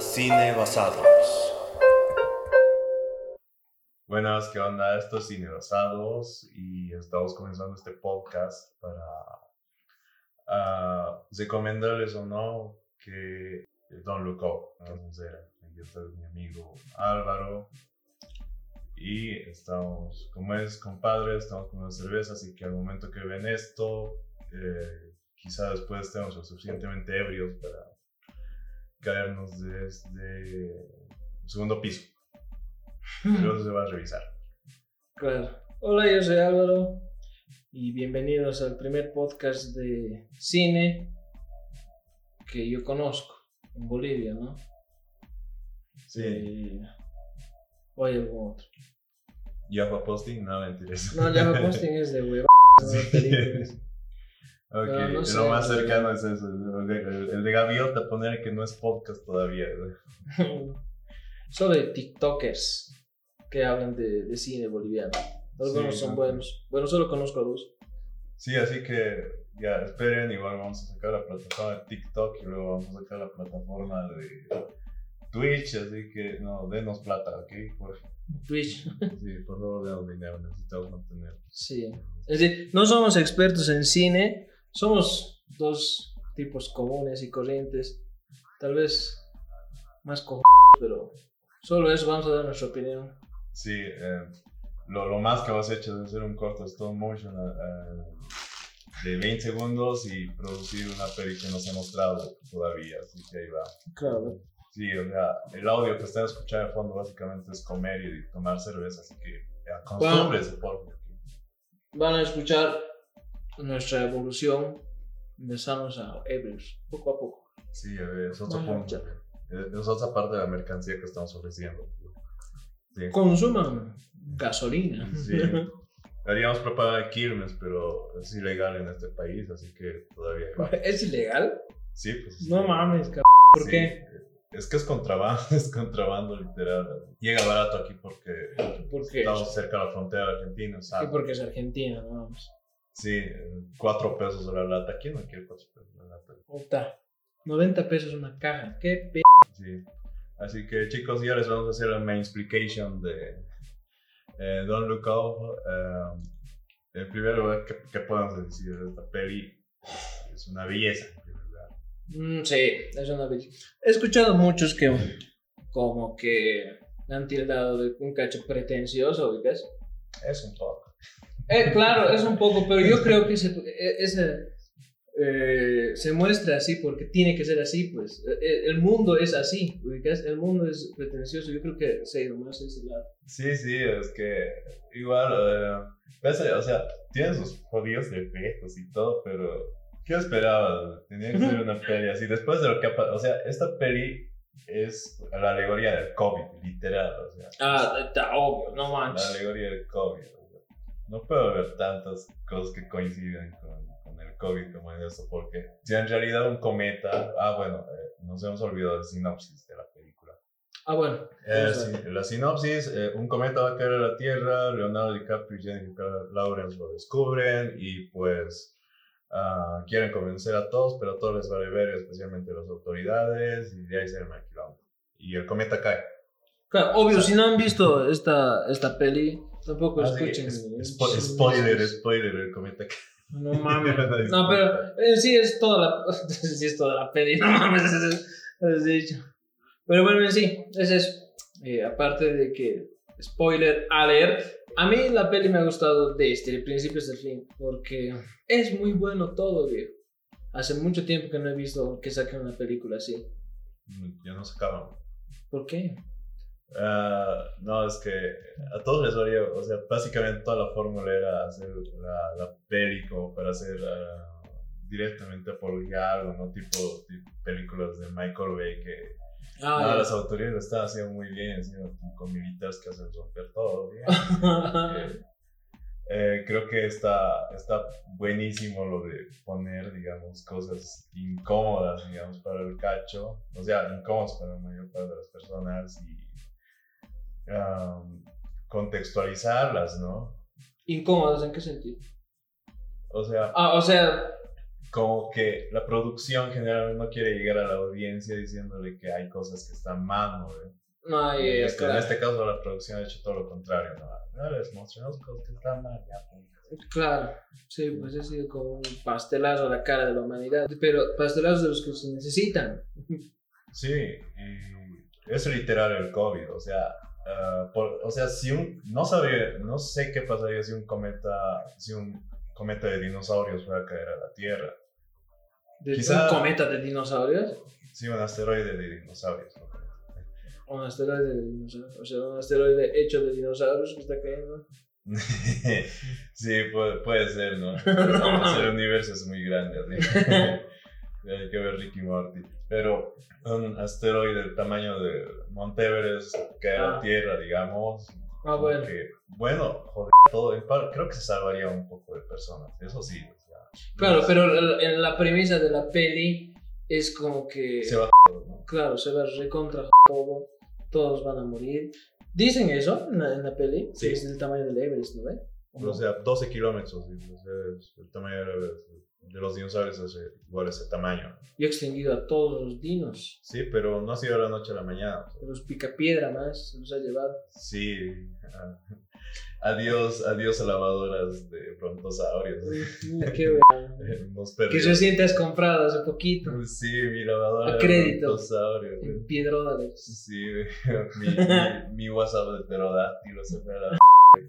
Cine Basados. Buenas, ¿qué onda? Esto es Cine Basados y estamos comenzando este podcast para uh, recomendarles o no que Don Look Up, vamos a ver, aquí está mi amigo Álvaro y estamos, como es compadre, estamos con una cerveza, así que al momento que ven esto, eh, quizá después estemos lo suficientemente ebrios para caernos desde un segundo piso. Pero eso se va a revisar. Claro. Hola, yo soy Álvaro y bienvenidos al primer podcast de cine que yo conozco en Bolivia, ¿no? Y... O hay algún otro. ¿Ya fue posting? No, mentira. No, ya no posting es de huevo. películas. Ok, No, no sé, lo más no sé. cercano es eso. El de, el de Gaviota poner que no es podcast todavía. ¿no? Solo de TikTokers que hablan de, de cine boliviano. Algunos Sí, son ¿no? buenos. Bueno, solo conozco a dos. Sí, así que ya esperen. Igual vamos a sacar la plataforma de TikTok y luego vamos a sacar la plataforma de Twitch. Así que no, denos plata, ¿ok? Por, Twitch. sí, por favor, denos dinero. Necesitamos mantener. Sí. Es decir, no somos expertos en cine, somos dos tipos comunes y corrientes, tal vez más cojones, pero solo eso vamos a dar nuestra opinión. Sí, eh, lo, lo más que has hecho es hacer un corto stop motion eh, de 20 segundos y producir una peli que no se ha mostrado todavía. Así que ahí va. Claro. Sí, o sea, el audio que están escuchando de fondo básicamente es comer y tomar cerveza, así que ya, acostúmbrese, por favor. Van a escuchar nuestra evolución, empezamos a Evers, poco a poco. Sí, eh, es otro Bueno, punto. ya. Eh, Es otra parte de la mercancía que estamos ofreciendo. Sí. Consuman gasolina. Sí. Haríamos propaganda de Quilmes, pero es ilegal en este país, así que todavía hay varios. ¿Es ilegal? Sí, pues. es No ilegal. mames, cabrón. ¿Por Sí, qué? Es que es contrabando, es contrabando literal. Llega barato aquí porque ¿Por qué? estamos cerca de la frontera de Argentina, Sí, ¿sabes? porque es Argentina, no vamos. Sí, eh, cuatro pesos la lata. ¿Quién no quiere cuatro pesos la lata? Puta, 90 pesos una caja, qué p Sí. Así que chicos, ya les vamos a hacer la main explication de eh, Don't Look Up. Eh, en primer lugar, ¿qué, qué podemos decir de esta peli? Es una belleza, en primer lugar. Mm, sí, es una belleza. He escuchado muchos que como que le han tildado de un cacho pretencioso, ¿ubicas? Es un toque. Eh, claro, es un poco, pero yo creo que ese, e- ese, eh, se muestra así porque tiene que ser así, pues. Eh, eh, El mundo es así, ¿ubicas? El mundo es pretencioso, yo creo que se ha ido más a ese lado. Sí, sí, es que igual, eh, ves, o sea, tiene sus jodidos defectos y todo, pero ¿qué esperaba? Tenía que ser una peli así. Después de lo que ha pasado, o sea, esta peli es la alegoría del COVID, literal, o sea, Ah, está obvio, no la manches. alegoría del COVID. o sea, no puedo haber tantas cosas que coinciden con, con el COVID como en eso, porque si en realidad un cometa, ah, bueno, eh, nos hemos olvidado del sinopsis de la película. Ah, bueno. Eh, vamos a sí, ver. la sinopsis, eh, un cometa va a caer a la Tierra, Leonardo DiCaprio y Jennifer Lawrence lo descubren y pues ah, quieren convencer a todos, pero a todos les vale ver, especialmente a las autoridades, y de ahí se arma el quilombo. Y el cometa cae. Claro, obvio, si no han visto esta, esta peli, tampoco Así que escuchen. Ah, es- spo- spoiler, spoiler, el cometa cae. No mames. Una No, disculpa. pero en sí es toda la, sí es toda la peli, no mames, es- es- es dicho. Pero bueno, en sí, ese es, eh, aparte de que, spoiler alert, a mí la peli me ha gustado desde el principio hasta el fin, porque es muy bueno todo, viejo. Hace mucho tiempo que no he visto que saquen una película así. Mm, Ya no se acaban. ¿Por qué? Ah, no, es que a todos les valía, o sea, básicamente toda la fórmula era hacer la, la peli como para hacer ah, directamente apología a algo, ¿no? Tipo, tipo películas de Michael Bay que no, Ah, las autoridades lo están haciendo muy bien, encima con militares que hacen romper todo, bien. ya. Eh, eh, creo que está, está buenísimo lo de poner, digamos, cosas incómodas, digamos, para el cacho, o sea, incómodas para la mayor parte de las personas y um, contextualizarlas, ¿no? ¿Incómodos en qué sentido? O sea, Ah, o sea, como que la producción generalmente no quiere llegar a la audiencia diciéndole que hay cosas que están mal, ¿no? ve? No, Y y, este- En este caso la producción ha hecho todo lo contrario, ¿no? No les mostremos cosas que están mal, ya. pues. Claro, sí, pues ha sido como un pastelazo a la cara de la humanidad, pero pastelazos de los que se necesitan. Sí, y es literal el COVID, o sea, ah, por- o sea, si un, no sabía, no sé qué pasaría si un cometa, si un cometa de dinosaurios fuera a caer a la Tierra, De Quizá- un cometa de dinosaurios, si un asteroide de dinosaurios, ¿no? o un asteroide de dinosaurios, o sea, un asteroide hecho de dinosaurios que está cayendo. sí, puede, puede ser, ¿no? el universo es muy grande, así. Hay que ver Ricky Morty. Pero un asteroide del tamaño de Monteveres cae a la Ah. Tierra, digamos. Ah, bueno. Que, bueno, joder, todo en par- creo que se salvaría un poco de personas, eso sí. o sea, Claro, pero el- en la premisa de la peli es como que, Se va todo, ¿no? claro, se va recontra todo, todos van a morir. Dicen eso en la, en la peli, Sí. que es del tamaño del Everest, ¿no ve? O sea, 12 kilómetros, y, o sea, es el tamaño de, de los dinosaurios es igual a ese tamaño. Yo he extinguido a todos los dinos. Sí, pero no ha sido de la noche a la mañana. de los picapiedra más, se los ha llevado. Sí. ah, Adiós, adiós a lavadoras de brontosaurios. Mira, qué wea. Hemos que perdido. recién te has comprado hace poquito, Sí, mi lavadora A de crédito. brontosaurio. en piedródales. Sí, mi, mi, mi WhatsApp de pterodáctilo se fue a la p-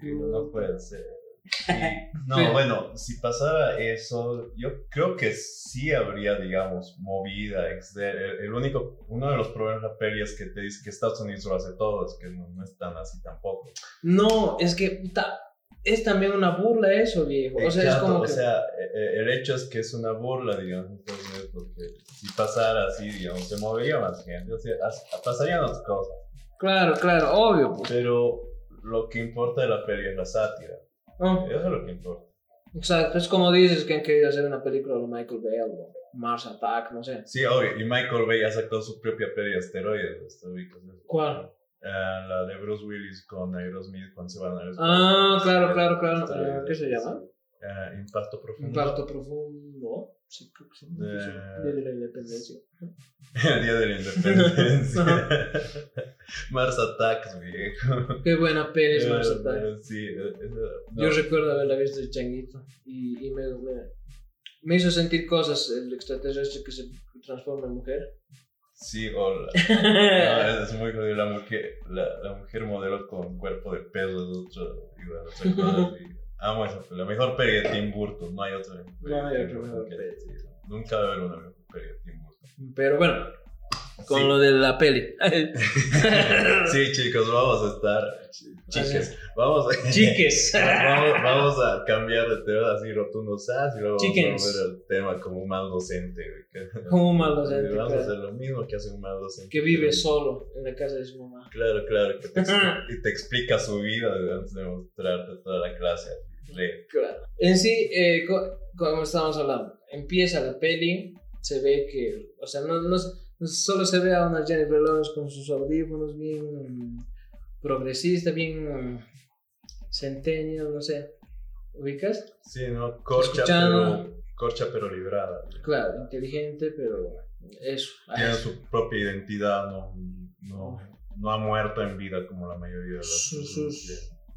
que No puede ser. Y, no, Pero- bueno, si pasara eso, yo creo que sí habría, digamos, movida. exter- El, el único, uno de los problemas de la peli es que te dice que Estados Unidos lo hace todo, es que no, no es tan así tampoco. No, es que puta, es también una burla eso, viejo. O sea, es Exacto, como o que. sea, eh, eh, el hecho es que es una burla, digamos, entonces, porque si pasara así, digamos, se movería más gente, o sea, as- pasarían las cosas, Claro, claro, obvio. pues. pero lo que importa de la peli es la sátira, Ah, eso es lo que importa. exacto, es como dices que han querido hacer una película de Michael Bay o Mars Attack, no sé. Sí, obvio, y Michael Bay ha sacado su propia peli de asteroides, ¿está ubicado? ¿Cuál? Ah, la de Bruce Willis con Aerosmith cuando se van a Ah, claro, claro, claro. Asteroides. Ah, ¿qué se llama? Ah, Impacto profundo. Impacto profundo. Sí, creo que sí. De- Eh. De la independencia. El día de la independencia. Mars Attacks, viejo. Qué buena peli es Mars Eh, Attack. eh, Sí, eh, eh, no. Yo recuerdo haberla visto de changuito y, y me, me- me hizo sentir cosas el extraterrestre que se transforma en mujer. Sí, o la- no, es muy jodido. La mujer, la, la mujer modelo con cuerpo de peso es otro, igual, otra cosa. sí. Amo esa peli. La mejor peli de Tim Burton. No hay otra. peli No hay de otra Tim Burton mejor que- peli. sí, Nunca va a haber una mejor peli de Tim Burton. Pero bueno, con Sí. lo de la peli. Sí, chicos, vamos a estar. Chiques. Vamos a. Chiques. Vamos, vamos a cambiar de tema así rotundo, sas, y luego vamos Chickens. a volver al tema como un mal docente. güey, que- Como un mal docente, Vamos a claro. hacer lo mismo que hace un mal docente. Que vive solo en la casa de su mamá. Claro, claro, que te, expli- y te explica su vida antes de mostrarte toda la clase. Re- Claro. En sí, eh, co- como estábamos hablando, empieza la peli, se ve que, o sea, no, no s- no solo se ve a una Jennifer Lawrence con sus audífonos bien progresista, bien centenio, no sé, ¿ubicas? Sí, ¿no? Corcha, Escuchando. pero, corcha pero librada. güey. Claro, inteligente, pero eso. a Tiene eso. su propia identidad, no, no, no ha muerto en vida como la mayoría de los. Su, su-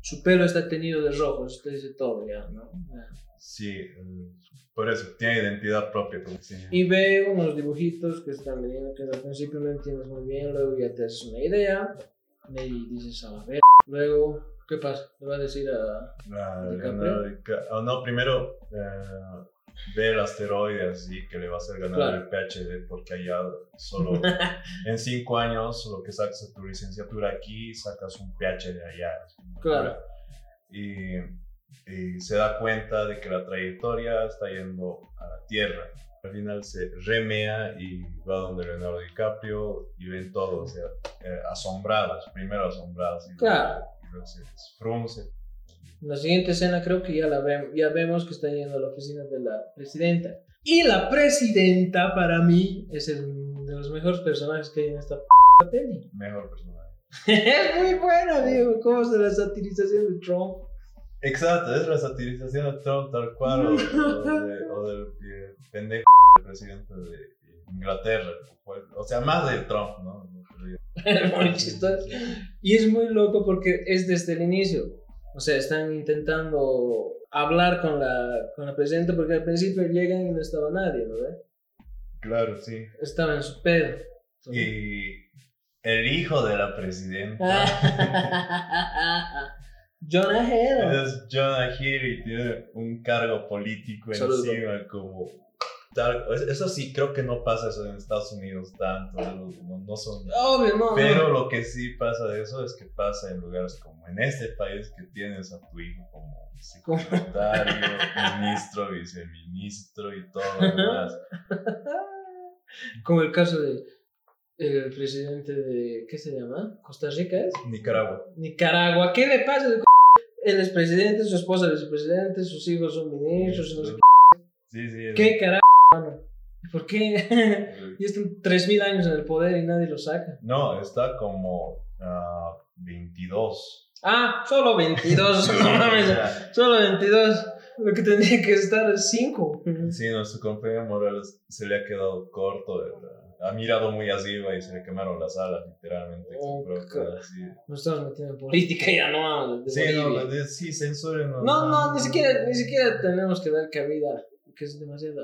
su pelo está tenido de rojo, eso te dice todo ya, ¿no? Ya. Sí, mm, por eso, tiene identidad propia. como sí. Y ve unos dibujitos que están veniendo, que al principio no entiendes muy bien, luego ya te haces una idea y dices a la ver. Luego, ¿qué pasa? Le vas a decir a. Ah, ¿DiCaprio? Leonardo Dica- ah, no, primero eh, ve el asteroide así que le va a hacer ganar Claro. el PhD porque allá solo en cinco años lo que sacas de tu licenciatura aquí sacas un PhD allá. es una locura. Claro. Y, y se da cuenta de que la trayectoria está yendo a la Tierra. Al final se remea y va donde Leonardo DiCaprio y ven todo, o sea, eh, asombrados, primero asombrados. y Claro. luego- y luego se frunce En la siguiente escena creo que ya la vemos, ya vemos que está yendo a la oficina de la presidenta. Y la presidenta para mí es el de los mejores personajes que hay en esta p peli. mejor personaje. es muy buena, digo, cómo se la satirización de Trump. Exacto, es la satirización de Trump tal cual o, o de- o del eh, pendejo del presidente de Inglaterra. pues, O sea, más de Trump, ¿no? Muy chistoso. Y es muy loco porque es desde el inicio. O sea, están intentando hablar con la, con la presidenta porque al principio llegan y no estaba nadie, ¿no? ve? Claro, sí. Estaba en su pedo. Y el hijo de la presidenta Jonah Hill. es Jonah Hill y tiene un cargo político Saludo. encima como... tal- es- Eso sí, creo que no pasa eso en Estados Unidos tanto, no, no son Obvio, no. no. Pero lo que sí pasa de eso es que pasa en lugares como en este país que tienes a tu hijo como secretario, ministro, viceministro y todo lo demás. Como el caso de el presidente de ¿qué se llama? Costa Rica es Nicaragua. Nicaragua. ¿Qué le pasa? Él es presidente, su esposa es presidente, sus hijos son ministros, no sé qué. Sí, sí. es- ¿Qué carajo? mano? ¿Por qué? y están 3000 años en el poder y nadie lo saca. No, está como ah, 22. Ah, solo 22, no mames. Ya. Solo 22. Lo que tendría que estar es 5. Sí, nuestro compañero Morales se le ha quedado corto. ¿verdad? Ha mirado muy arriba y se le quemaron las alas, literalmente. Oh, Pero, ca- sí. Nos estamos metiendo en política ya, no mames, de Sí, Bolivia. no, de- sí, censuren. No, no, ni siquiera, ni siquiera tenemos que dar cabida, que es demasiada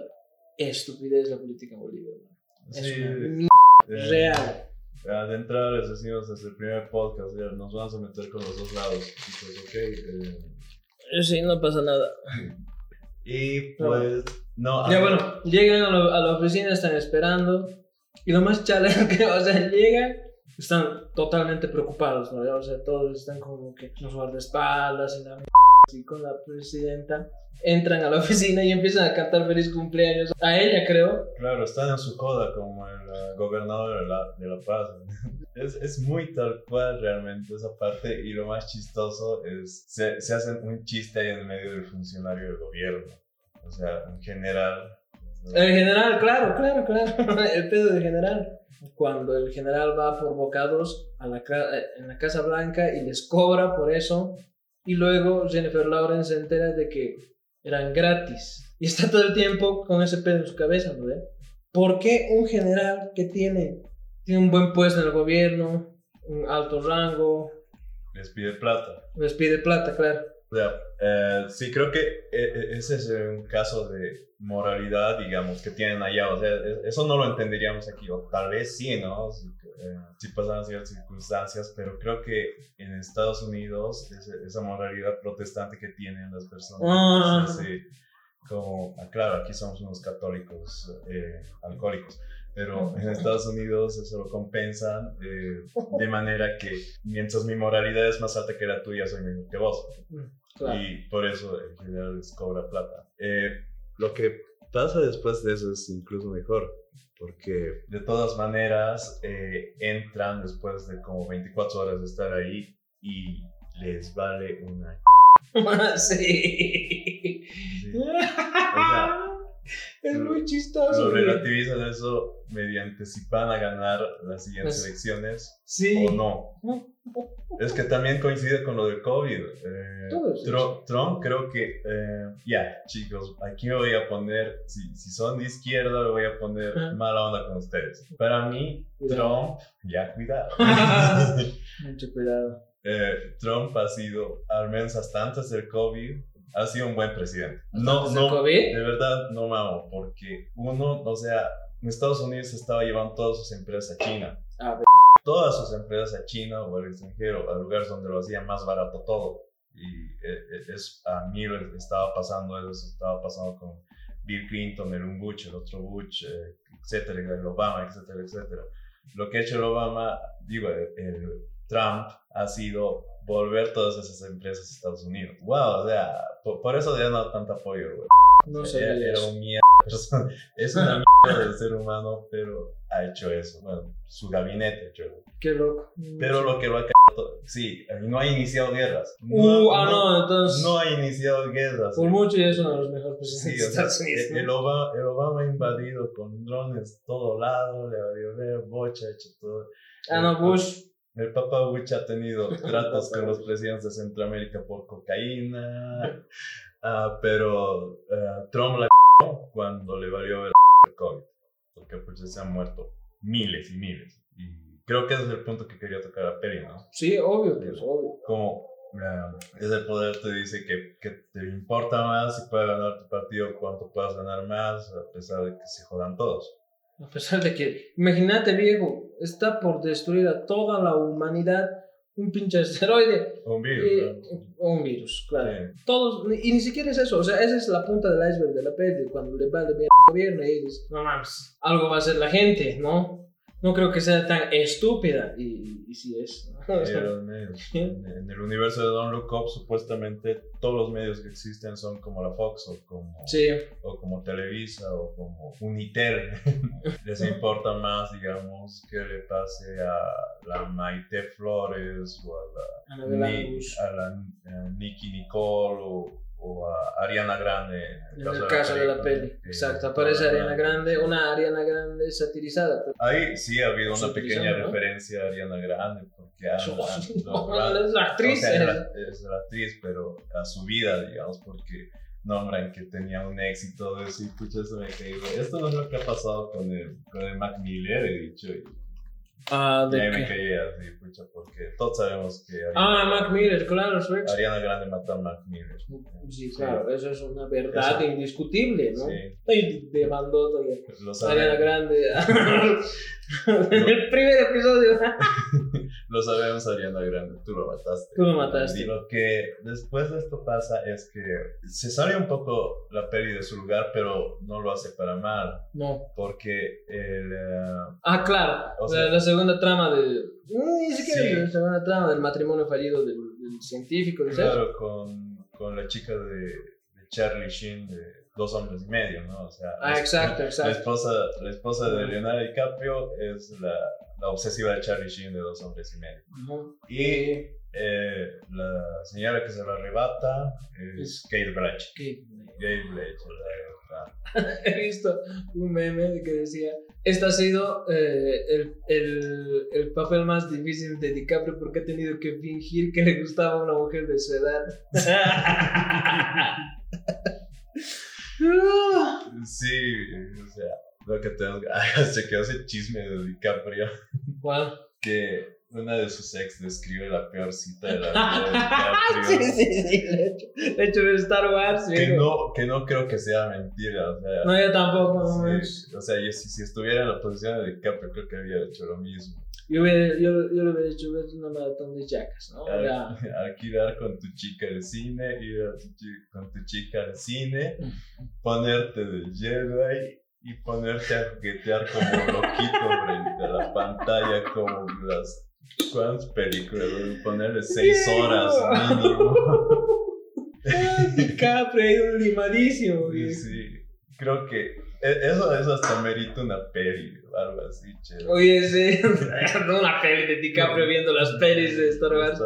estupidez la política en Bolivia. ¿no? Es Sí, una eh, mierda real. Ya, De entrada les decimos desde el primer podcast, ya, nos vamos a meter con los dos lados. Y pues, ok. eh, Sí, no pasa nada. y pues, no. Ya ah, bueno, llegan a, lo- a la oficina, están esperando. Y lo más chale que, o sea, llegan, están totalmente preocupados, ¿no? O sea, todos están como que los guardaespaldas y la mierda, así con la presidenta. Entran a la oficina y empiezan a cantar feliz cumpleaños a ella, creo. Claro, están en su coda como el eh, gobernador de la, de La Paz. Es, es muy tal cual realmente esa parte. Y lo más chistoso es, se, se hacen un chiste ahí en medio del funcionario del gobierno. O sea, un general. El general, claro, claro, claro. El pedo del general. Cuando el general va por bocados a la, ca- eh, en la Casa Blanca y les cobra por eso. Y luego Jennifer Lawrence se entera de que eran gratis. Y está todo el tiempo con ese pedo en su cabeza, ¿no? ve? ¿Por qué un general que tiene, tiene un buen puesto en el gobierno, un alto rango, Les pide plata. les pide plata, claro? O sea, eh, sí, creo que eh, eh, ese es eh, un caso de moralidad, digamos, que tienen allá. O sea, e- eso no lo entenderíamos aquí, o tal vez sí, ¿no? Si, eh, sí pasaran ciertas circunstancias, pero creo que en Estados Unidos ese- esa moralidad protestante que tienen las personas, Ah. es así, como, ah, claro, aquí somos unos católicos eh, alcohólicos. Pero en Estados Unidos eso lo compensan eh, de manera que mientras mi moralidad es más alta que la tuya, soy mejor que vos Claro. y por eso en general les cobra plata. Eh, lo que pasa después de eso es incluso mejor, porque de todas maneras eh, entran después de como 24 horas de estar ahí y les vale una... Ah, c- sí. sea, es muy Lo chistoso. güey. relativizan eso mediante si van a ganar las siguientes Pues- elecciones Sí. o no. Es que también coincide con lo del COVID. eh, Todo es Tro- Trump creo que, eh, ya, chicos, aquí me voy a poner, si, si son de izquierda, me voy a poner Ajá. mala onda con ustedes. Para mí, Cuidado. Trump, ya cuidado. Mucho cuidado. Eh, Trump ha sido, al menos hasta antes del COVID, ha sido un buen presidente. ¿Hasta No, antes del no, COVID? de verdad no mamo, porque uno, o sea, en Estados Unidos estaba llevando todas sus empresas a China. Ah, ver. todas sus empresas a China o al extranjero, a lugares donde lo hacían más barato todo. Y eh, eh, es, a mí lo- estaba pasando eso, eso estaba pasando con Bill Clinton, el un Bush, el otro Bush, eh, etcétera, el Obama, etcétera, etcétera. Lo que ha hecho el Obama, digo, el, el Trump, ha sido volver todas esas empresas a Estados Unidos. Wow, o sea, po- por, eso ya no tanto apoyo, güey. No Era, sabía era eso. un mierda de persona. Es una mierda del ser humano, pero ha hecho eso. Bueno, su gabinete ha hecho eso. Qué loco. Pero lo que lo ha cagado, sí, no ha iniciado guerras. Uh, ah, no, entonces. no ha iniciado guerras. por mucho ya es uno de los mejores Sí, presidentes o de sea, Estados Unidos. el, el ¿no? Obama, el Obama ha invadido con drones todo lado, le ha llover, bocha, ha hecho todo. Ah, no, Bush. El Papa Witch ha tenido tratos con los presidentes de Centroamérica por cocaína, ah, pero eh, Trump la cuando le valió ver el COVID, porque pues ya se han muerto miles y miles. Y creo que ese es el punto que quería tocar a Peri, ¿no? Sí, obvio, pues, obvio. Como eh, ese poder te dice que, que te importa más si puedes ganar tu partido, cuánto puedas ganar más, a pesar de que se jodan todos. A pesar de que, imagínate, viejo, está por destruir a toda la humanidad un pinche asteroide. Un virus, eh, ¿no? o un virus, claro. Sí. Todos, y ni siquiera es eso, o sea, esa es la punta del iceberg de la peli, cuando le va de bien al gobierno y dices, no mames, algo va a hacer la gente, ¿no? No creo que sea tan estúpida, y, y sí es. ¿no? Sí, los medios. En, en el universo de Don Look Up, supuestamente todos los medios que existen son como la Fox o como, Sí, o como Televisa o como Unitel. Les importa más, digamos, que le pase a la Maite Flores o a Ana la, de Ni- Luz. a la eh, Nicki Nicole o, o a Ariana Grande. En el caso de la peli, Eh, exacto, aparece Ariana Grande, una Ariana Grande satirizada. pero- Ahí sí ha habido una Sutilizando, pequeña ¿no? referencia a Ariana Grande, porque hablan los ra- es la O actriz. sea, es, eh. la, es la actriz, pero a su vida, digamos, porque nombran que tenía un éxito de decir, pucha, eso me caigo. Esto no es lo que ha pasado con el, con el Mac Miller, he dicho. Y, Ah, y ¿de ahí me qué? caí así, pucha, porque todos sabemos que Ah, Mac Miller, claro, su ex. Ariana Grande mató a Mac Miller. Sí, claro, eso es una verdad Eso. indiscutible, ¿no? Sí, pues Ay, de bandota y lo Ariana sabemos, Grande. en el primer episodio. lo sabemos, Ariana Grande, tú lo mataste. Tú lo mataste. Y lo que después de esto pasa es que se sale un poco la peli de su lugar, pero no lo hace para mal. no. porque el, eh, Ah, claro. O la- sea- la, segunda trama del. Ni siquiera Sí. la segunda trama del matrimonio fallido del, del científico, ¿sabes? claro, con, con la chica de, de Charlie Sheen de Dos Hombres y Medio, ¿no? O sea, Ah, la- exacto, La exacto. esposa, la esposa de Leonardo DiCaprio es la, la obsesiva de Charlie Sheen de Dos Hombres y Medio. Ujú. Y eh, la señora que se la arrebata es Kate Blanchett. Que- Kate Blanchett, la- la- He visto un meme de que decía: Este ha sido eh, el, el, el papel más difícil de DiCaprio porque ha tenido que fingir que le gustaba a una mujer de su edad. Ah, Sí, o sea, lo que tengo se quedó ese chisme de DiCaprio. ¿Cuál? que una de sus ex describe la peor cita de la vida de sí, DiCaprio. sí, sí. De hecho, de hecho de Star Wars. Que viejo. no, que no creo que sea mentira, o sea, No, yo tampoco. no manches. sí, o sea, yo si, si estuviera en la posición de DiCaprio creo que había hecho lo mismo. Yo, hubiera- yo, yo le hubiera dicho: Ves una maratón de jackas, ¿no? Al- Ya. Alquilar con tu chica al cine, ir a tu chi- con tu chica al cine, ponerte de Jedi y ponerte a juguetear como loquito frente a la pantalla, como las... ¿Cuántas películas? Ponerle seis Viejo. horas mínimo. Ah, DiCaprio ha ido limadísimo. Sí, viejo. sí. creo que e- eso, eso hasta merita una peli, algo así, chévere. Oye, sí, no una peli de DiCaprio viendo las pelis de Star Wars.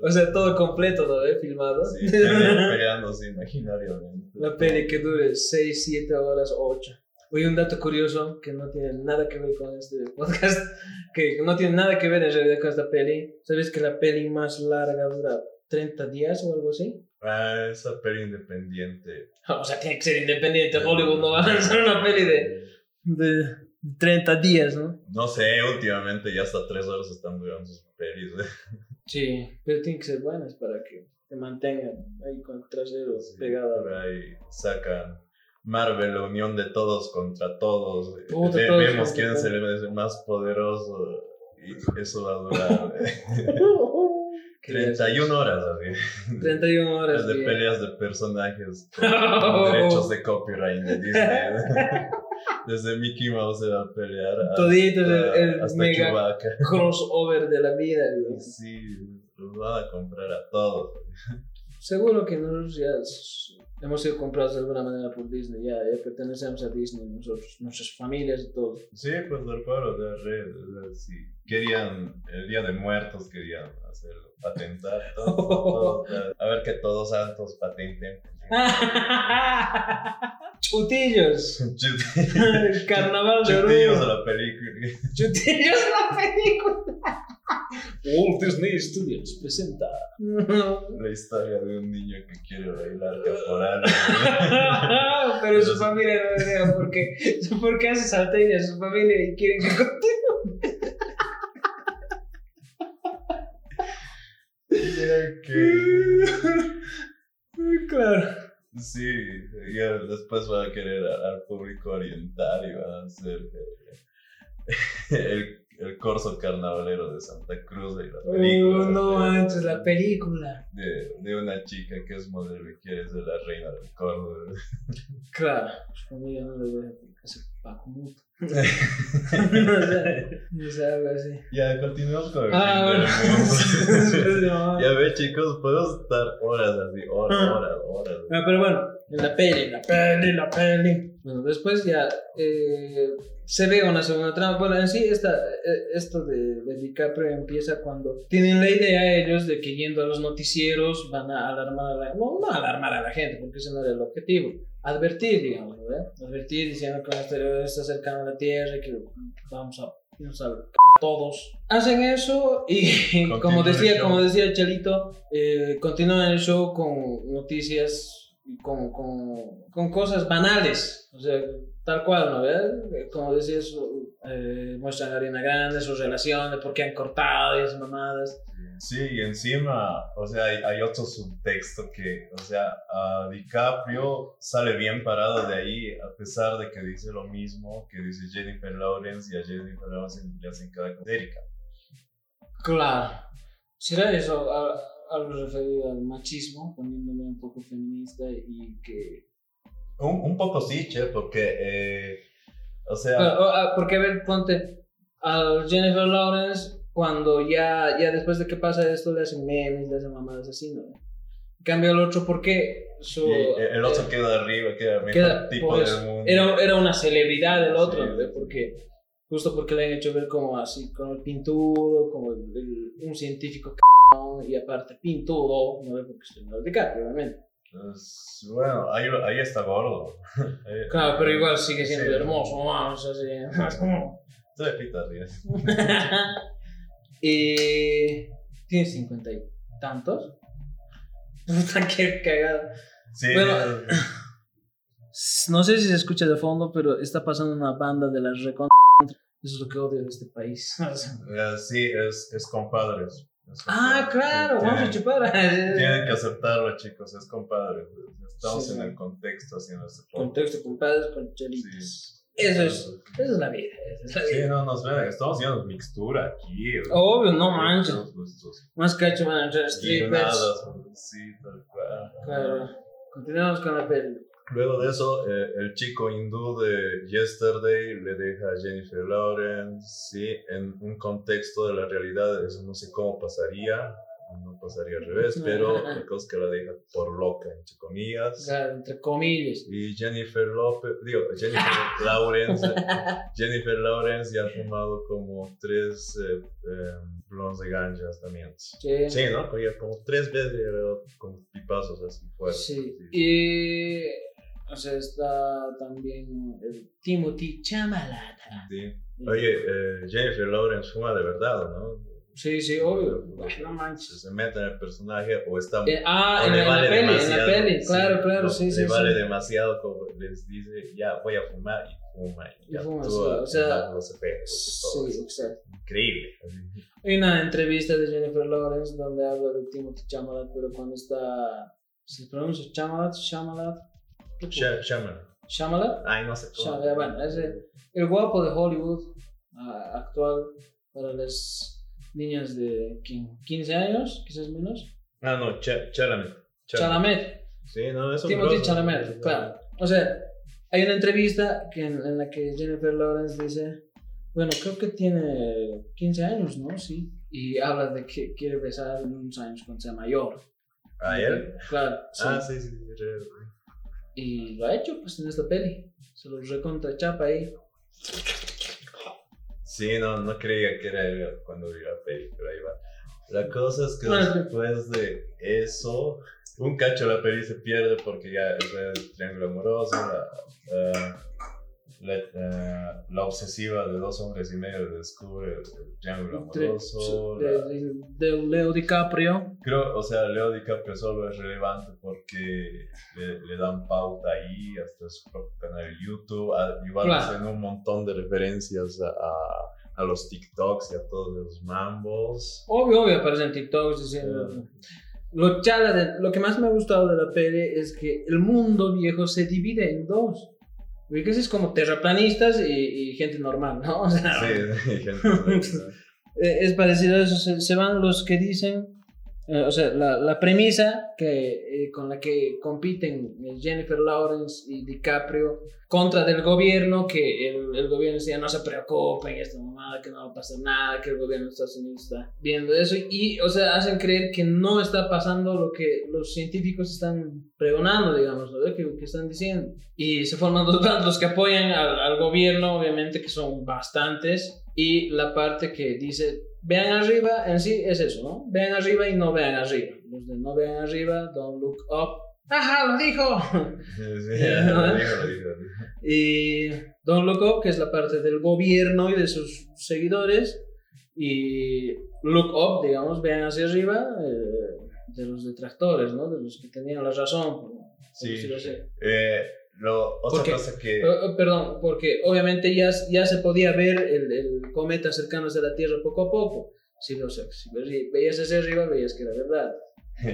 O sea, todo completo, ¿no? ¿Eh? Filmado. Sí, pelea- peleándose imaginariamente. Una peli que dure 6, 7 horas, 8. Oye, un dato curioso que no tiene nada que ver con este podcast, que no tiene nada que ver en realidad con esta peli. ¿Sabes que la peli más larga dura 30 días o algo así? Ah, esa peli independiente. Eh, O sea, tiene que ser independiente. Hollywood no va a lanzar una peli de, de 30 días, ¿no? No sé, últimamente ya hasta tres horas están durando sus pelis. ¿eh? Sí, pero tienen que ser buenas para que te mantengan ahí con el trasero Sí, pegado. por ahí sacan Marvel, la unión de todos contra todos. Puta, Ve- todos vemos contra quién es todos. el más poderoso. Y eso va a durar ¿eh? ¿Qué 31 horas, así. haces? 31 horas. de bien. Oh. peleas de personajes con, con derechos de copyright de Disney. Desde Mickey Mouse se va a pelear a- Todito el, el a- hasta mega Chewbacca. crossover de la vida. güey. Sí, los van a comprar a todos. Seguro que nosotros ya s- hemos sido comprados de alguna manera por Disney. Ya, ya pertenecemos a Disney, nosotros, nuestras familias y todo. Sí, pues del pueblo de red. o sea, sí. Querían, el Día de Muertos querían hacerlo, patentar todo. todo, todo. a ver que todos santos patenten. Chutillos. Chut- El carnaval de Chutillos a Oruro. la película. Chutillos la película. Walt Disney Studios presenta. La historia de un niño que quiere bailar caporal. Pero su familia no le deja porque, porque hace salteña su familia y quieren que continúe. Era que. Claro. Sí, ya después va a querer a- al público oriental y va a hacer eh, el, el corso carnavalero de Santa Cruz y la película. Uh, no de- manches, la película. de, de una chica que es modelo y quiere ser la reina del Córdoba. Claro, su familia no le deja porque hace paco mucho. no sé, no sé, algo así. ya, continuamos con el Ah, fin bueno. del mundo. No. Ya ve chicos, podemos estar horas así, horas, Ah. horas, horas. Ah, pero bueno, en la peli, en la peli, en la peli. Bueno, después ya eh, se ve una segunda trama. Bueno, en sí, esta, eh, esto de, de DiCaprio empieza cuando tienen la idea ellos de que yendo a los noticieros van a alarmar a la gente. No, no alarmar a la gente, porque ese no era el objetivo. Advertir, digamos, ¿verdad? Advertir diciendo que el asteroide está cercano a la Tierra y que lo- vamos a. Vamos a ver, c- todos hacen eso y como Continúa el decía, show. como decía Chalito, eh, continúan el show con noticias, y con, con, con cosas banales, o sea, tal cual, ¿no? ¿Verdad? Eh, Como decía, su- eh, muestran a Ariana Grande, sus relaciones, por qué han cortado y esas mamadas. Sí, y encima, o sea, hay, hay otro subtexto que, o sea, a DiCaprio sale bien parado de ahí, a pesar de que dice lo mismo que dice Jennifer Lawrence y a Jennifer Lawrence le hacen cada cosa histérica. Claro. ¿Será eso a- algo referido al machismo, poniéndome un poco feminista y que Un, un poco sí, che, porque, eh, o sea, Ah, ah, ah, porque, a ver, ponte a Jennifer Lawrence cuando ya, ya después de que pasa esto le hacen memes, le hacen mamadas así, ¿no? En cambio el otro, ¿por qué? Su- y el otro eh, queda arriba, que era el mejor queda- tipo por del eso. mundo. era, era una celebridad el otro, Sí. ¿no? Porque justo porque le han hecho ver como así, con el pintudo, como el- el- un científico c******, y aparte pintudo, ¿no? Porque es Leonardo DiCaprio, obviamente. Pues, bueno, ahí, ahí está gordo. Ahí- Claro, pero igual sigue siendo Sí. hermoso, vamos, así, es como... Tú de pita ríes. eh, Tiene cincuenta y tantos. Puta, qué cagado. Sí, Bueno. sí, sí. No sé si se escucha de fondo, pero está pasando una banda de las recon. Eso es lo que odio de este país. Eh, sí, es, es compadres. Es compadres. ah, Eh, claro, vamos a Tienen- chupar. Tienen que aceptarlo, chicos, es compadres. Estamos Sí, sí. en el contexto haciendo este Con podcast. texto, con padres, con chelitos. Eso es, eso es la vida. eso es la vida. Sí, no nos ven, estamos haciendo mixtura aquí. Obvio, no manches. Nuestros gustos. Más cacho van a entrar strippers. Guionadas, sí, tal cual. Claro. Continuamos con la peli. Luego de eso, eh, el chico hindú de Yesterday le deja a Jennifer Lawrence, sí, en un contexto de la realidad, eso no sé cómo pasaría, no pasaría al revés, pero la cosa es que la deja por loca, entre comillas. Claro, entre comillas. Y Jennifer López, digo, Jennifer Lawrence, Jennifer Lawrence ya ha fumado como tres eh, eh, blones de ganjas también. Sí. Sí, ¿no? Como ya como tres veces ya le ha dado como pipazos así fuertes. Sí. Y. O sea, está también el Timothy Chamalata. Sí. Oye, eh, Jennifer Lawrence fuma de verdad, ¿no? Sí, sí, obvio. Ay, No manches. Se mete en el personaje o está... Eh, ah, o en le la, en la vale peli, en la demasiado, peli. sí, Claro, no, claro, sí, sí. Le vale sí. demasiado como les dice, ya voy a fumar y fuma. Y, Y fuma, actúa, sí, o sea, y da los efectos y todo Sí, eso. exacto. Increíble. Hay una entrevista de Jennifer Lawrence donde habla de Timothy Chamalat, pero cuando está. ¿Se pronuncia Chamalat? Chamalat. Sha- Shaman. Chamalat. Ay, no sé cómo. Shaman, bueno, ese- El guapo de Hollywood ah, actual para las niñas de 15 años, quizás menos. Ah, no, Cha- Chalamet. Chalamet, Sí, no, es un Timothy brother. Chalamet, claro. O sea, hay una entrevista que en, en la que Jennifer Lawrence dice, bueno, creo que tiene 15 años, ¿no? Sí. Y habla de que quiere besar en unos años cuando sea mayor. ¿A él? Claro. sí. Ah, sí, sí, sí. re- Y lo ha hecho, pues, en esta peli. Se los recontra chapa ahí. Sí, no, no creía que era él cuando vi la peli, pero ahí va. La cosa es que Bueno. después de eso, un cacho de la peli se pierde porque ya es el triángulo amoroso, la- la- la, eh, la obsesiva de dos hombres y medio descubre el, el triángulo amoroso. de, la- de, de Leo DiCaprio. Creo, o sea, Leo DiCaprio solo es relevante porque le, le dan pauta ahí, hasta su propio canal de YouTube. a- Igual Claro. hacen un montón de referencias a, a- a los TikToks y a todos los mambos. Obvio, obvio, aparecen TikToks diciendo. Lo, chala de- lo que más me ha gustado de la peli es que el mundo viejo se divide en dos. Porque es como terraplanistas y, y gente normal, ¿no? O sea, Sí, gente. ¿no? Eh, es parecido a eso, se, se van los que dicen, eh, o sea, la, la premisa que, eh, con la que compiten eh, Jennifer Lawrence y DiCaprio contra del gobierno, que el, el gobierno decía no se preocupen, esta mamada, que no va a pasar nada, que el gobierno de Estados Unidos está viendo eso, y, o sea, hacen creer que no está pasando lo que los científicos están pregonando, digamos, ¿no? que, que están diciendo. Y se forman dos bandos, los que apoyan al, al gobierno, obviamente, que son bastantes, y la parte que dice, vean arriba, en sí es eso, ¿no? Vean arriba y no vean arriba. Los de no vean arriba, don't look up. ¡Ajá, lo dijo! Sí, sí, lo digo, lo digo, lo digo. y Eh, Don Loco, que es la parte del gobierno y de sus seguidores, y Look Up, digamos, vean hacia arriba, eh, de los detractores, ¿no? De los que tenían la razón. por- por Sí. decirlo así. Eh, lo- otra Porque- cosa que. Eh, eh, Perdón, porque obviamente ya, ya se podía ver el, el cometa cercano hacia la Tierra poco a poco. Si, lo, sé, si ve- veías hacia arriba, veías que era verdad.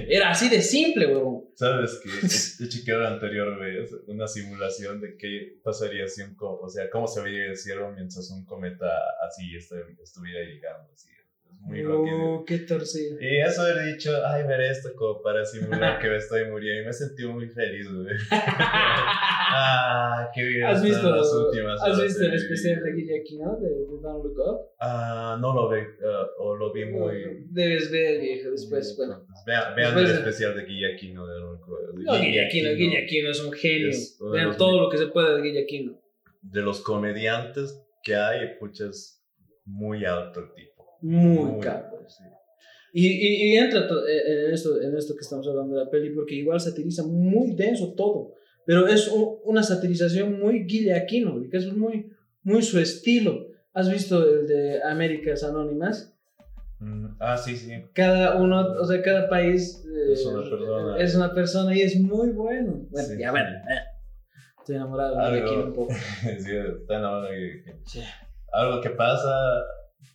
Era así de simple, huevón. ¿Sabes que He chequeado la anterior vez una simulación de qué pasaría si un co- o sea, cómo se veía el cielo mientras un cometa así estu- estuviera llegando. Así. Es muy loquísimo. No, Oh, qué torcido. Y eso he dicho, ay, ver esto como para simular que me estoy muriendo. Y me he sentido muy feliz, güey. ah, qué bien. ¿Has están visto, las últimas ¿Has horas visto de el mi especial vida. de Guille Aquino de, de Don't Look Up? Ah, no lo vi, ah, o lo vi muy... Debes ver, viejo, después, bueno. Vean, vean Después- el especial de Guillaquino. De Don Cu- de No, Guillaquino, Guillaquino. Guillaquino es un genio. Es uno de Vean los todo mi- lo que se puede de Guillaquino. de los comediantes que hay, pucha, es muy alto el tipo. Muy, caro. sí. Y, y, y entra to- eh, en, esto, en esto que estamos hablando de la peli, porque igual satiriza muy denso todo. Pero es u- una satirización muy guillaquino, que es muy, muy su estilo. ¿Has visto el de Américas Anónimas? Mm, ah, sí, sí. cada uno, o sea, cada país eh, Es una persona. es una persona y es muy bueno. Bueno, Sí. ya bueno, eh, estoy enamorado de Algo. aquí un poco. Sí, está en la mano Guillaquino. Sí. Algo que pasa,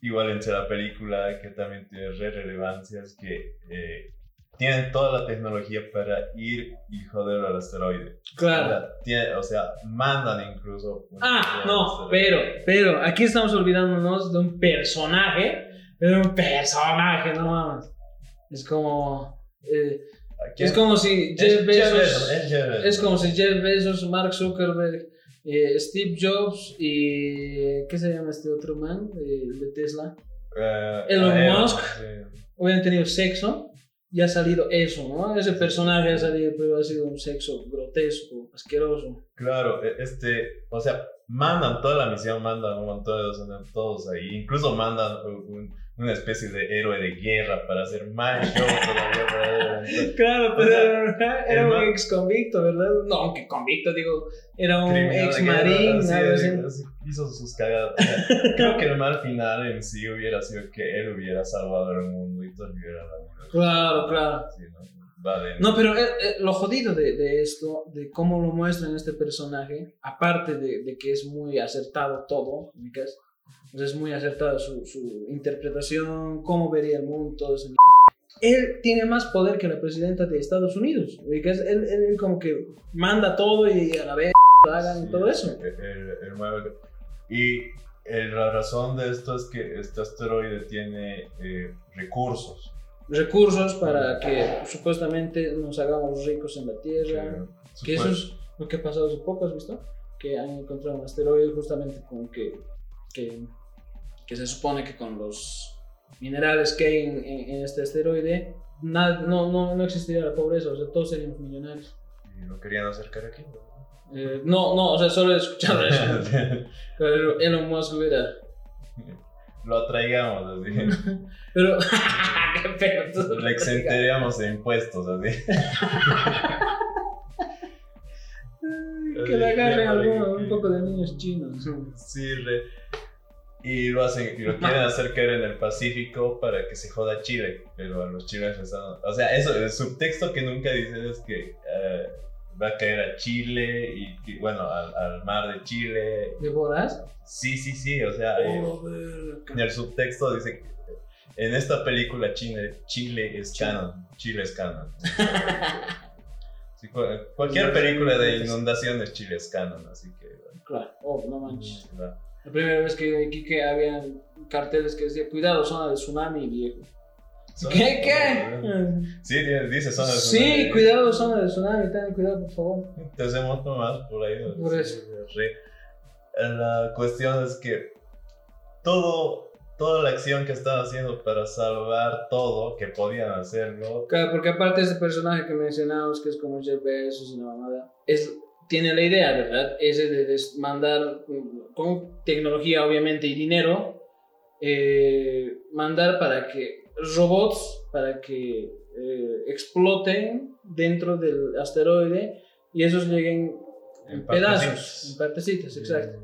igual entre la película, que también tiene re relevancia, es que eh, tienen toda la tecnología para ir y joder al asteroide. Claro. O sea, tiene- o sea, mandan incluso. un- Ah, al no, asteroide. pero, pero, aquí estamos olvidándonos de un personaje, de un personaje, no mames. Es como, eh, Aquí- es como si Jeff Bezos, es Jeff Bezos. es como si Jeff Bezos, Mark Zuckerberg, eh, Steve Jobs y, ¿qué se llama este otro man? Eh, el de Tesla. Eh, Elon Elon, Musk. sí. hubieran tenido sexo y ha salido eso, ¿no? Ese personaje ha salido, pero ha sido un sexo grotesco, asqueroso. Claro, e- este, o sea, mandan toda la misión, mandan un montón de los- todos ahí, incluso mandan u- un- una especie de héroe de guerra para hacer más show todavía para adelantar. Claro, pues, pero era el un man- ex convicto, ¿verdad? No, aunque convicto, digo, era un Criminal de ex guerra, marín, así, algo así. así, hizo sus cagadas. O sea, creo que el mal final en sí hubiera sido que él hubiera salvado al mundo y todos hubieran la Claro, claro. Sí, ¿no? Va de- No, pero eh, eh, lo jodido de, de esto, de cómo lo muestran este personaje, aparte de, de que es muy acertado todo, ubicas, o sea, es muy acertada su, su interpretación, cómo vería el mundo, todo ese m- Él tiene más poder que la presidenta de Estados Unidos, ubicas, él, él como que manda todo y a la vez hagan Sí, y todo eso. el- el- el mueble. Y el- la razón de esto es que este asteroide tiene eh, recursos. Recursos para que supuestamente nos hagamos ricos en la Tierra. que- Que eso es lo que ha pasado hace poco, ¿has visto? Que han encontrado un asteroide justamente con que, que, que se supone que con los minerales que hay en, en- en este asteroide, na- no, no, no existiría la pobreza, o sea, todos seríamos millonarios. Y lo querían acercar aquí. ¿no? Eh, no, no, o sea, solo he escuchado eso. Pero Elon Musk hubiera... lo atraigamos, así. Pero... ¡Qué pelotudo! Le exenteríamos de impuestos, así. Ay, Que le agarren algo, un poco de niño Zombies chinos. Sí, re. Y lo hacen, y lo quieren hacer caer en el Pacífico para que se joda Chile, pero a los chinos les han- O sea, eso, el subtexto que nunca dicen es que eh, va a caer a Chile y, que- bueno, al, al mar de Chile. ¿De Boras? Sí, sí, sí, o sea, eh, Oh. en el subtexto dice que en esta película Chile, Chile es Chile. canon, Chile es canon. Sí, cual- cualquier película de inundaciones Chile es canon, así que... Claro, oh, no manches. ¿verdad? La primera vez que aquí que habían carteles que decían, cuidado, zona de tsunami, viejo. Son- ¿Qué? ¿Qué? Sí, tiene- dice son sí, cuidado, zona de tsunami, tengan cuidado, por favor. Te hacemos nomás por ahí. Por eso. Re. La cuestión es que todo, toda la acción que estaban haciendo para salvar todo, que podían hacerlo, Claro, porque aparte este personaje que mencionamos, que es como Jeff Bezos y una mamada, es, tiene la idea, ¿verdad? Ese de des- mandar, mm, con tecnología obviamente y dinero, eh, mandar para que robots, para que eh, exploten dentro del asteroide y esos lleguen en, En pedazos, partecitas. en partecitas, exacto.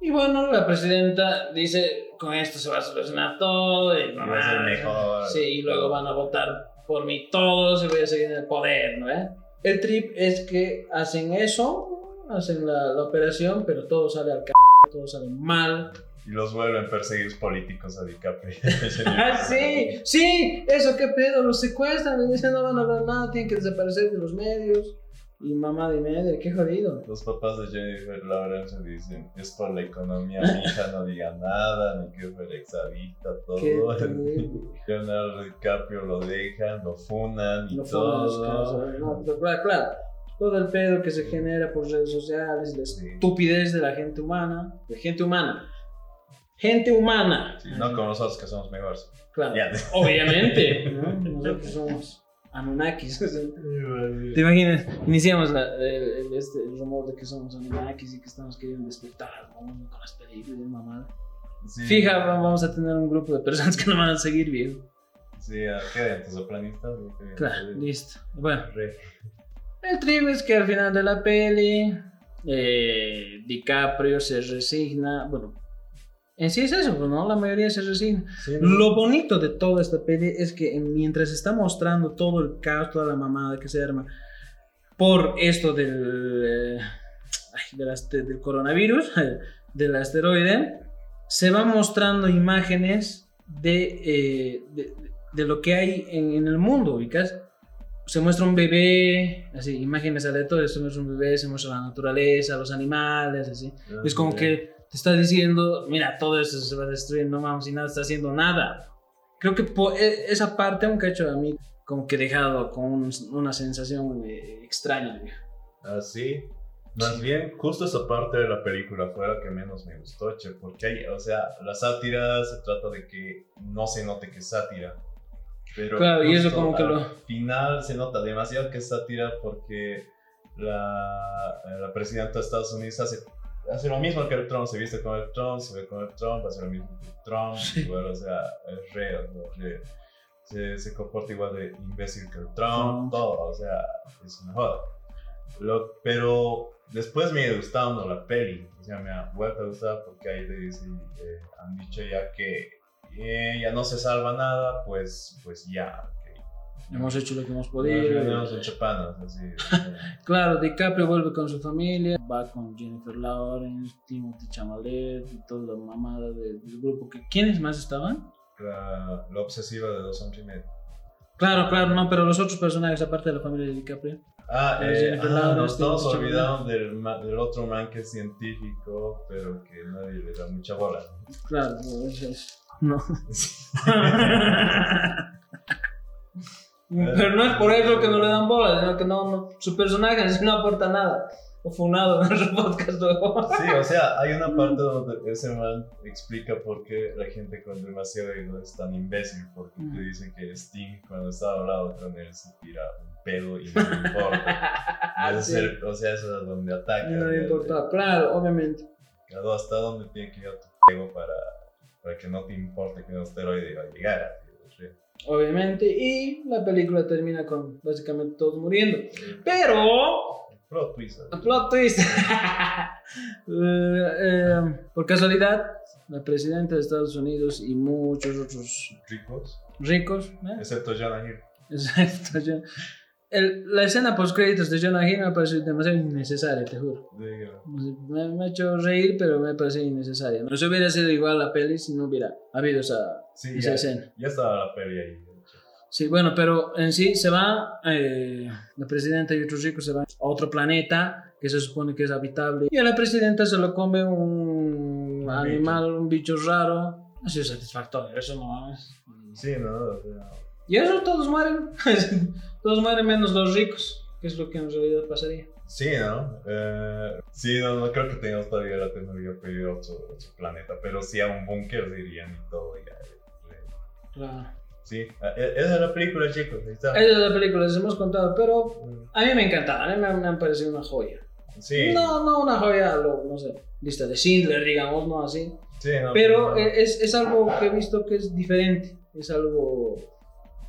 Y bueno, la presidenta dice, con esto se va a solucionar todo y, Y va a ser mejor. Ah, Sí, y luego van a votar por mí todos y voy a seguir en el poder, ¿no? eh? El trip es que hacen eso, hacen la, la operación, pero todo sale al c***, todo sale mal. Y los vuelven perseguidos políticos a DiCaprio. ¡Ah, sí! ¡Sí! Eso, qué pedo, los secuestran, les dicen no van a hablar nada, tienen que desaparecer de los medios. Y mamá de media, qué jodido. Los papás de Jennifer Lawrence dicen, es por la economía, mi hija no diga nada, ni que fuera exadicta, Qué todo. terrible. Leonardo DiCaprio lo dejan, lo funan y No fue una todo. descansa, no, pero claro, claro, todo el pedo que se genera por redes sociales, la Sí. estupidez de la gente humana, de gente humana, gente humana, Sí, no como nosotros que somos mejores. claro, Ya. obviamente, ¿no? nosotros somos anunnakis. ¿Te imaginas? Iniciamos la- el, el- este, el rumor de que somos anunnakis y que estamos queriendo despertar ¿no? con las películas, mamada. Sí. Fija, vamos a tener un grupo de personas que nos van a seguir, viejo. Sí, ah, ¿qué? ¿Tus sopranistas? ¿Qué? Claro, listo. Bueno. Re. El trip es que al final de la peli, eh, DiCaprio se resigna. Bueno, en sí es eso, pues, ¿no? La mayoría se resigna. Sí, ¿no? Lo bonito de toda esta peli es que mientras está mostrando todo el caos, toda la mamada que se arma por esto del, eh, ay, de las- de- del coronavirus, del asteroide, se van mostrando imágenes de, eh, de, de lo que hay en, en el mundo, ubicas. Se muestra un bebé, así, imágenes aleatorias, se muestra un bebé, se muestra la naturaleza, los animales, así. Es como que te está diciendo, mira, todo eso se va a destruir, no vamos, y nada está haciendo nada. Creo que po- e- esa parte, aunque ha hecho a mí, como que dejado con un- una sensación eh, extraña. viejo. Así. Ah, Más bien, justo esa parte de la película fue la que menos me gustó, che, porque hay, o sea, la sátira se trata de que no se note que es sátira. Pero Claro, y eso justo como que al lo- final se nota demasiado que es sátira porque la, eh, la presidenta de Estados Unidos hace, hace lo mismo que el Trump, se viste con el Trump, se ve con el Trump, hace lo mismo que el Trump, igual, o sea, es re, o sea, re- se, se comporta igual de imbécil que el Trump, Trump. todo, o sea, es una joda. Lo- pero después me ha gustado la peli, o sea, me ha vuelto a gustar porque ahí le dicen, eh, han dicho ya que eh, ya no se salva nada, pues, pues ya, ok. Hemos hecho lo que hemos podido. Nos reunimos en Chapanas, así. Claro, DiCaprio vuelve con su familia, va con Jennifer Lawrence, Timothy Chamalet y toda la mamada de- del grupo. que- ¿Quiénes más estaban? la, la obsesiva de dos hombres y medio. Claro, claro, no, pero los otros personajes, aparte de la familia de DiCaprio. Ah, Pero eh, ah, Jennifer Lawrence nos tiene todos mucho olvidamos del, ma- del otro man que es científico, pero que nadie le da mucha bola. Claro, es- es- no. Pero no es por eso que no le dan bola, sino que no, no- su personaje en sí no aporta nada. O funado en nuestro podcast luego. Sí, o sea, hay una parte donde ese man explica por qué la gente con demasiado ego es tan imbécil, porque te dicen que Sting cuando estaba hablado con él se tira un pedo y no le importa. Y es Sí. el- o sea, eso es donde ataca. No le el- importaba, claro, obviamente. Claro, hasta dónde tiene que ir tu ego para, para que no te importe que un asteroide va a llegar. así, Obviamente, y la película termina con básicamente todos muriendo. Pero Plot twist. Plot twist. Eh, eh, por casualidad, la presidenta de Estados Unidos y muchos otros Ricos. ricos, ¿eh? Excepto Jonah Hill. Exacto, yo- el- la escena post créditos de Jonah Hill me parece demasiado innecesaria, te juro. Digo, Me, me ha hecho reír, pero me parece innecesaria. No se hubiera sido igual la peli si no hubiera habido esa, Sí, esa ya, escena. ya estaba la peli ahí. de hecho. Sí, bueno, pero en sí se va, eh, la presidenta y otros ricos se van a otro planeta que se supone que es habitable. Y a la presidenta se lo come un bicho. animal, un bicho raro. Ha sido satisfactorio, eso no es. Sí, no, o sea, Y eso todos mueren. todos mueren menos los ricos, que es lo que en realidad pasaría. Sí, ¿no? Eh, sí, no, no creo que tengamos todavía la tecnología para ir a otro, otro planeta, pero sí a un búnker dirían y todo. Ya, eh, Claro. sí, eh, esa es la película, chicos. Ahí está. Esa es la película, les hemos contado, pero a mí me encantaba, a mí me, me han parecido una joya. Sí, No, no una joya, lo- no sé, lista de Schindler, digamos, no así. sí, no, Pero no. eh, es, es algo que he visto que es diferente, es algo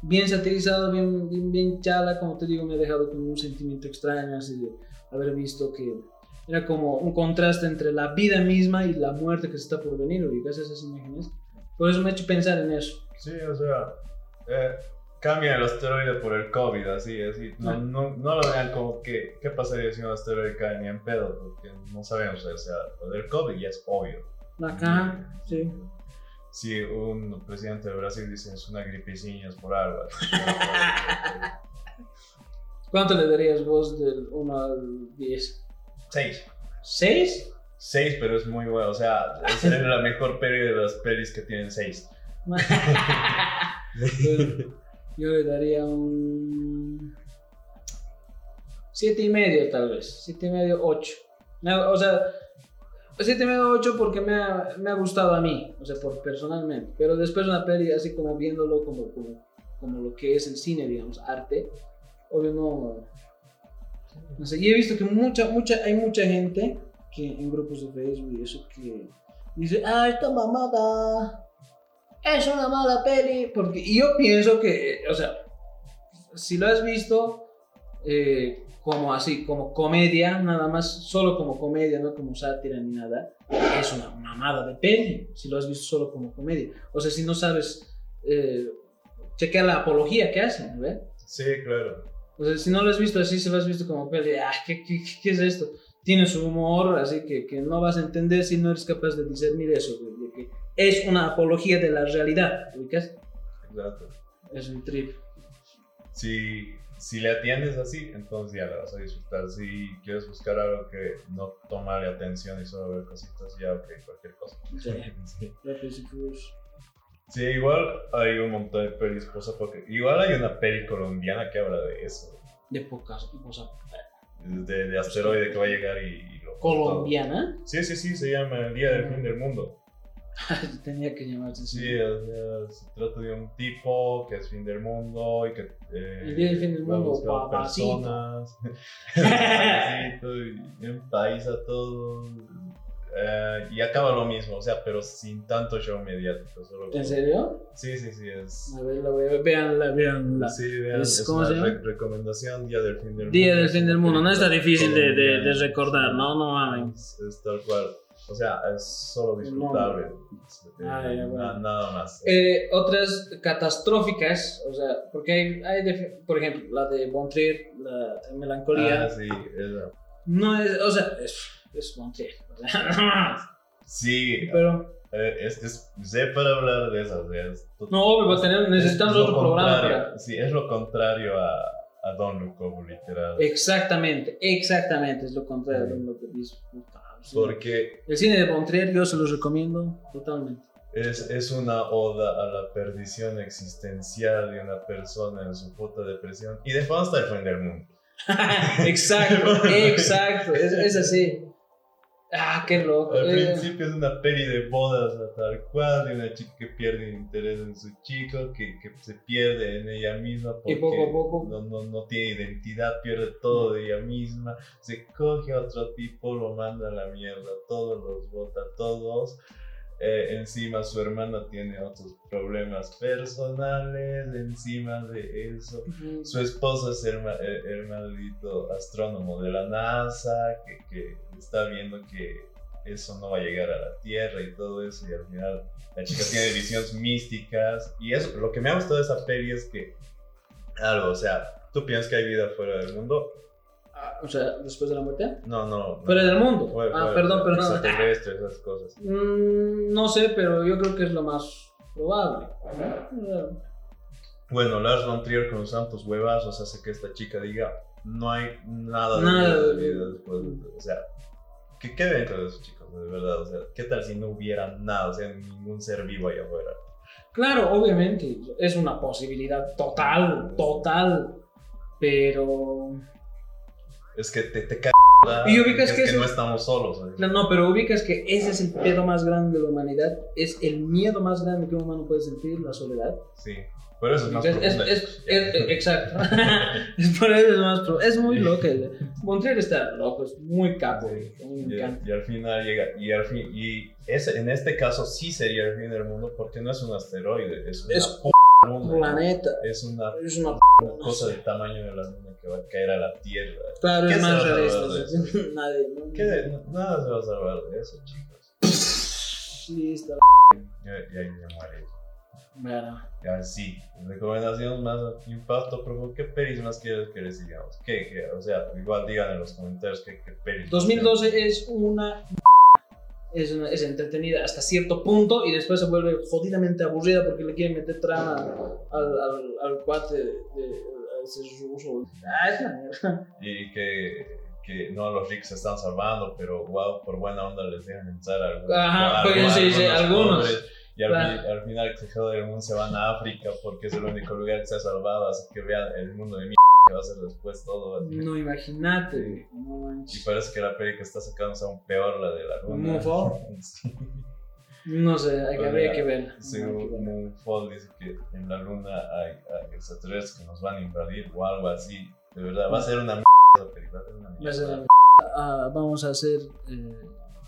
bien satirizado, bien, bien, bien chala, como te digo, me ha dejado con un sentimiento extraño, así de haber visto que era como un contraste entre la vida misma y la muerte que se está por venir, y gracias a esas imágenes. Por eso me ha hecho pensar en eso. Sí, o sea, eh, cambia el asteroide por el COVID, así, así. No, Ah. no, no lo vean como que, ¿qué pasaría si un asteroide cae ni en pedo? Porque no sabemos, o sea, lo del COVID ya es obvio. Acá, sí. Si un presidente de Brasil dice es una gripecilla, es por algo. ¿Cuánto le darías vos del 1 al 10? Seis. ¿6? Seis, pero es muy bueno. O sea, es la mejor peli de las pelis que tienen seis. Yo le daría un. Siete y medio, tal vez. Siete y medio, ocho. Me ha- o sea, siete y medio, ocho porque me ha, me ha gustado a mí, o sea, por personalmente. Pero después una peli, así como viéndolo como, como, como lo que es el cine, digamos, arte, obvio no. No sé, y he visto que mucha, mucha, hay mucha gente que en grupos de Facebook y eso que dice, ah, esta mamada es una mala peli. Porque y yo pienso que, o sea, si lo has visto eh, como así, como comedia, nada más, solo como comedia, no como sátira ni nada, es una mamada de peli. Si lo has visto solo como comedia. O sea, si no sabes, eh, chequea la apología que hacen, ¿ves? Sí, claro. O sea, si no lo has visto así, si lo has visto como peli, ah, ¿qué, qué, qué- qué es esto? Tiene su humor, así que, que no vas a entender si no eres capaz de discernir eso, de- de que es una apología de la realidad, ¿ubicas? Exacto. Es un trip. Si, si le atiendes así, entonces ya la vas a disfrutar. Si quieres buscar algo que no tomale atención y solo ver cositas, ya, ok, cualquier cosa. Sí. Sí. Rápidos y Furiosos. Sí, igual hay un montón de pelis cosas porque igual hay una peli colombiana que habla de eso, De pocas, o sea, de, de asteroide que va a llegar y, y lo colombiana. Sí, sí, sí, se llama El Día del Fin del Mundo. Tenía que llamarse así. Sí, o sea, se trata de un tipo que es fin del mundo y que. eh, El día del fin del va a mundo, buscar papacito. personas. papacito y empaiza todo. Eh, y acaba lo mismo, o sea, pero sin tanto show mediático. Solo ¿En con- serio? Sí, sí, sí, es. A ver, la voy a ver. Veanla, veanla. Sí, vean, Es- es, ¿cómo una se llama? re- recomendación Día del Fin del Mundo. Día del es fin una del mundo. No está película difícil de, de, de colombiana. recordar, ¿no? No mames. Es, es tal cual. O sea, es solo disfrutable. Eh, Ah, ya, bueno. na- Nada más. Eh, otras catastróficas, o sea, porque hay, hay de- por ejemplo, la de Von Trier, la de Melancolía, Ah, sí, es- no es, o sea, es, es Von Trier, o sea, no más. sí, pero, eh, es, es, sé para hablar de esas. Es, no, obvio, va a tener- necesitamos es lo otro programa contrario. para... Sí, es lo contrario a, a Don Luco, literal. Exactamente, exactamente, es lo contrario de lo que dices, puta, sí. Porque El cine de Von Trier yo se los recomiendo totalmente. es, es una oda a la perdición existencial de una persona en su puta depresión. Y de fondo está el fin del mundo. exacto, exacto, es, es así. Ah, qué loco. Al eh. principio es una peli de bodas a tal cual, de una chica que pierde interés en su chico, que, que se pierde en ella misma porque Y poco a poco. No, no, no tiene identidad, pierde todo de ella misma, se coge a otro tipo, lo manda a la mierda, todos los bota, a todos. Eh, encima su hermana tiene otros problemas personales, encima de eso. Su esposa es el, ma- el- el maldito astrónomo de la NASA, que, que está viendo que eso no va a llegar a la Tierra y todo eso, y al final la chica tiene visiones místicas. Y eso, lo que me ha gustado de esa peli es que, algo, o sea, tú piensas que hay vida fuera del mundo. Ah, o sea, después de la muerte. No, no. no. Fuera del mundo. Fuera- ah, fuera- perdón, pero no. Extraterrestre, esas cosas. Mm, no sé, pero yo creo que es lo más probable. Bueno, Lars von Trier con santos huevazos hace que esta chica diga, no hay nada de, Nada vida, de de vida vida. después de- O sea, ¿qué, qué dentro de esos chicos? De verdad, o sea, ¿qué tal si no hubiera nada, o sea, ningún ser vivo allá afuera? Claro, obviamente, es una posibilidad total, total, pero... Es que te, te cae. Y ubicas es que que, ese- no estamos solos. ¿eh? No, No, pero ubicas que ese es el pedo más grande de la humanidad, es el miedo más grande que un humano puede sentir, la soledad. Sí, pero eso es más Es- es- profundo. es- es- es- exacto. es por eso es más pro- Es muy loco. el- Montreal está loco, es muy capo. Sí. a mí Me Y, encanta. y al final llega, y al fin, y ese- en este caso sí sería el fin del mundo porque no es un asteroide, es una Es p- luna. planeta. Es una Es una cosa del tamaño de la luna que va a caer a la Tierra. Claro, ¿Qué es se más va a realista. salvar de o sea, Nadie. ¿no? ¿Qué de- nada se va a salvar de eso, chicos. Sí, está. Y, y ahí me muere. Bueno, Ya, sí, recomendaciones más impacto profundo. ¿Qué pelis más quieres que les digamos? ¿Qué, qué? O sea, igual digan en los comentarios qué, qué pelis. 2012 es una. Es, una- es entretenida hasta cierto punto y después se vuelve jodidamente aburrida porque le quieren meter trama al, al, al cuate de, de- a ese ruso. Ah, es una mierda. Y que, que no, los ricos se están salvando, pero wow, por buena onda les dejan entrar a algunos. Ajá, a porque algunos- sí, sí, algunos. pobres, Y al, Claro. fi- al final el quejado del mundo se van a África porque es el único lugar que se ha salvado, así que vean el mundo de mierda que va a ser después todo. así. No imagínate. No manches. Y parece que la peli que está sacando es aún peor la de la luna. Mufo. Sí. No sé, hay que, Pues habría mira, que verla. Hay que Según verla. Moonfall dice que en la luna hay, hay extraterrestres que nos van a invadir o algo así. De verdad, va a ser una mierda esa peli, va a ser una Va a ser mierda. una- Ah, vamos a hacer eh,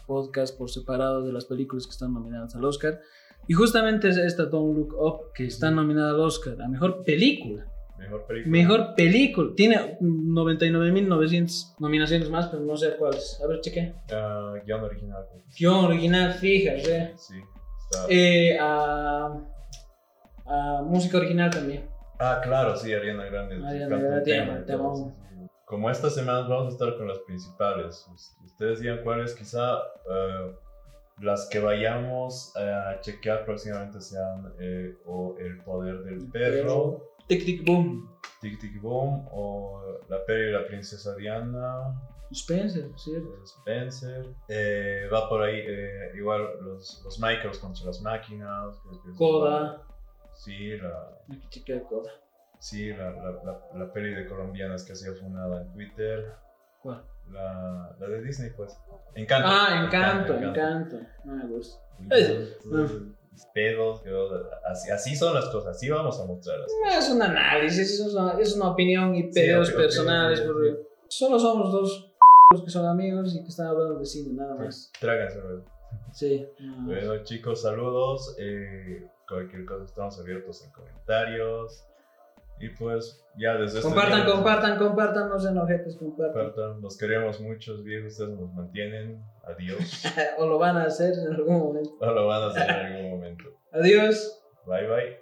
podcast por separado de las películas que están nominadas al Oscar. Y justamente es esta Don't Look Up que está nominada al Oscar, a mejor película. Mejor película. Mejor película. Tiene 99.900 nominaciones más, pero no sé cuáles. A ver, cheque. Ah, guión original. Guión original, fíjate. Sí. está- Eh, a, a música original también. Ah, claro, sí, Ariana Grande. Ariana canta un Grande, tema y tema, todo, tema. sí, sí. Como estas semanas vamos a estar con las principales. us- Ustedes digan cuáles, quizá eh, las que vayamos a chequear próximamente sean eh, o El Poder del Perro, Tic Tic Boom. Tic Tic Boom, o La Peli y la Princesa Diana, Spencer, ¿cierto? Spencer. Eh, va por ahí eh, igual los, los micros contra las máquinas. creo que es igual. Coda. Sí, la, Hay que chequear Coda. Sí, la, la, la, la peli de colombianas que ha sido fundada en Twitter. ¿Cuál? La, la de Disney, pues. Encanto. Ah, encanto, encanto. No me gusta. Encanto. Pedos, pedos, así, así son las cosas, así vamos a mostrarlas. No es un análisis, es una, es una opinión y Sí, pedos opi- personales. opinión, porque solo somos dos los que son amigos y que están hablando de cine, nada más. Tráganse, luego. Sí. no. Bueno, chicos, saludos. eh, cualquier cosa, estamos abiertos en comentarios. Y pues, ya desde este Compartan, día- compartan, compartan, no sean ojetes, compartan. Compartan, nos queremos muchos viejos, ustedes nos mantienen. Adiós. o lo van a hacer en algún momento. No lo van a hacer en algún momento. Adiós. Bye, bye.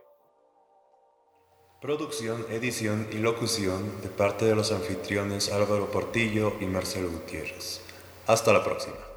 Producción, edición y locución de parte de los anfitriones Álvaro Portillo y Marcelo Gutiérrez. Hasta la próxima.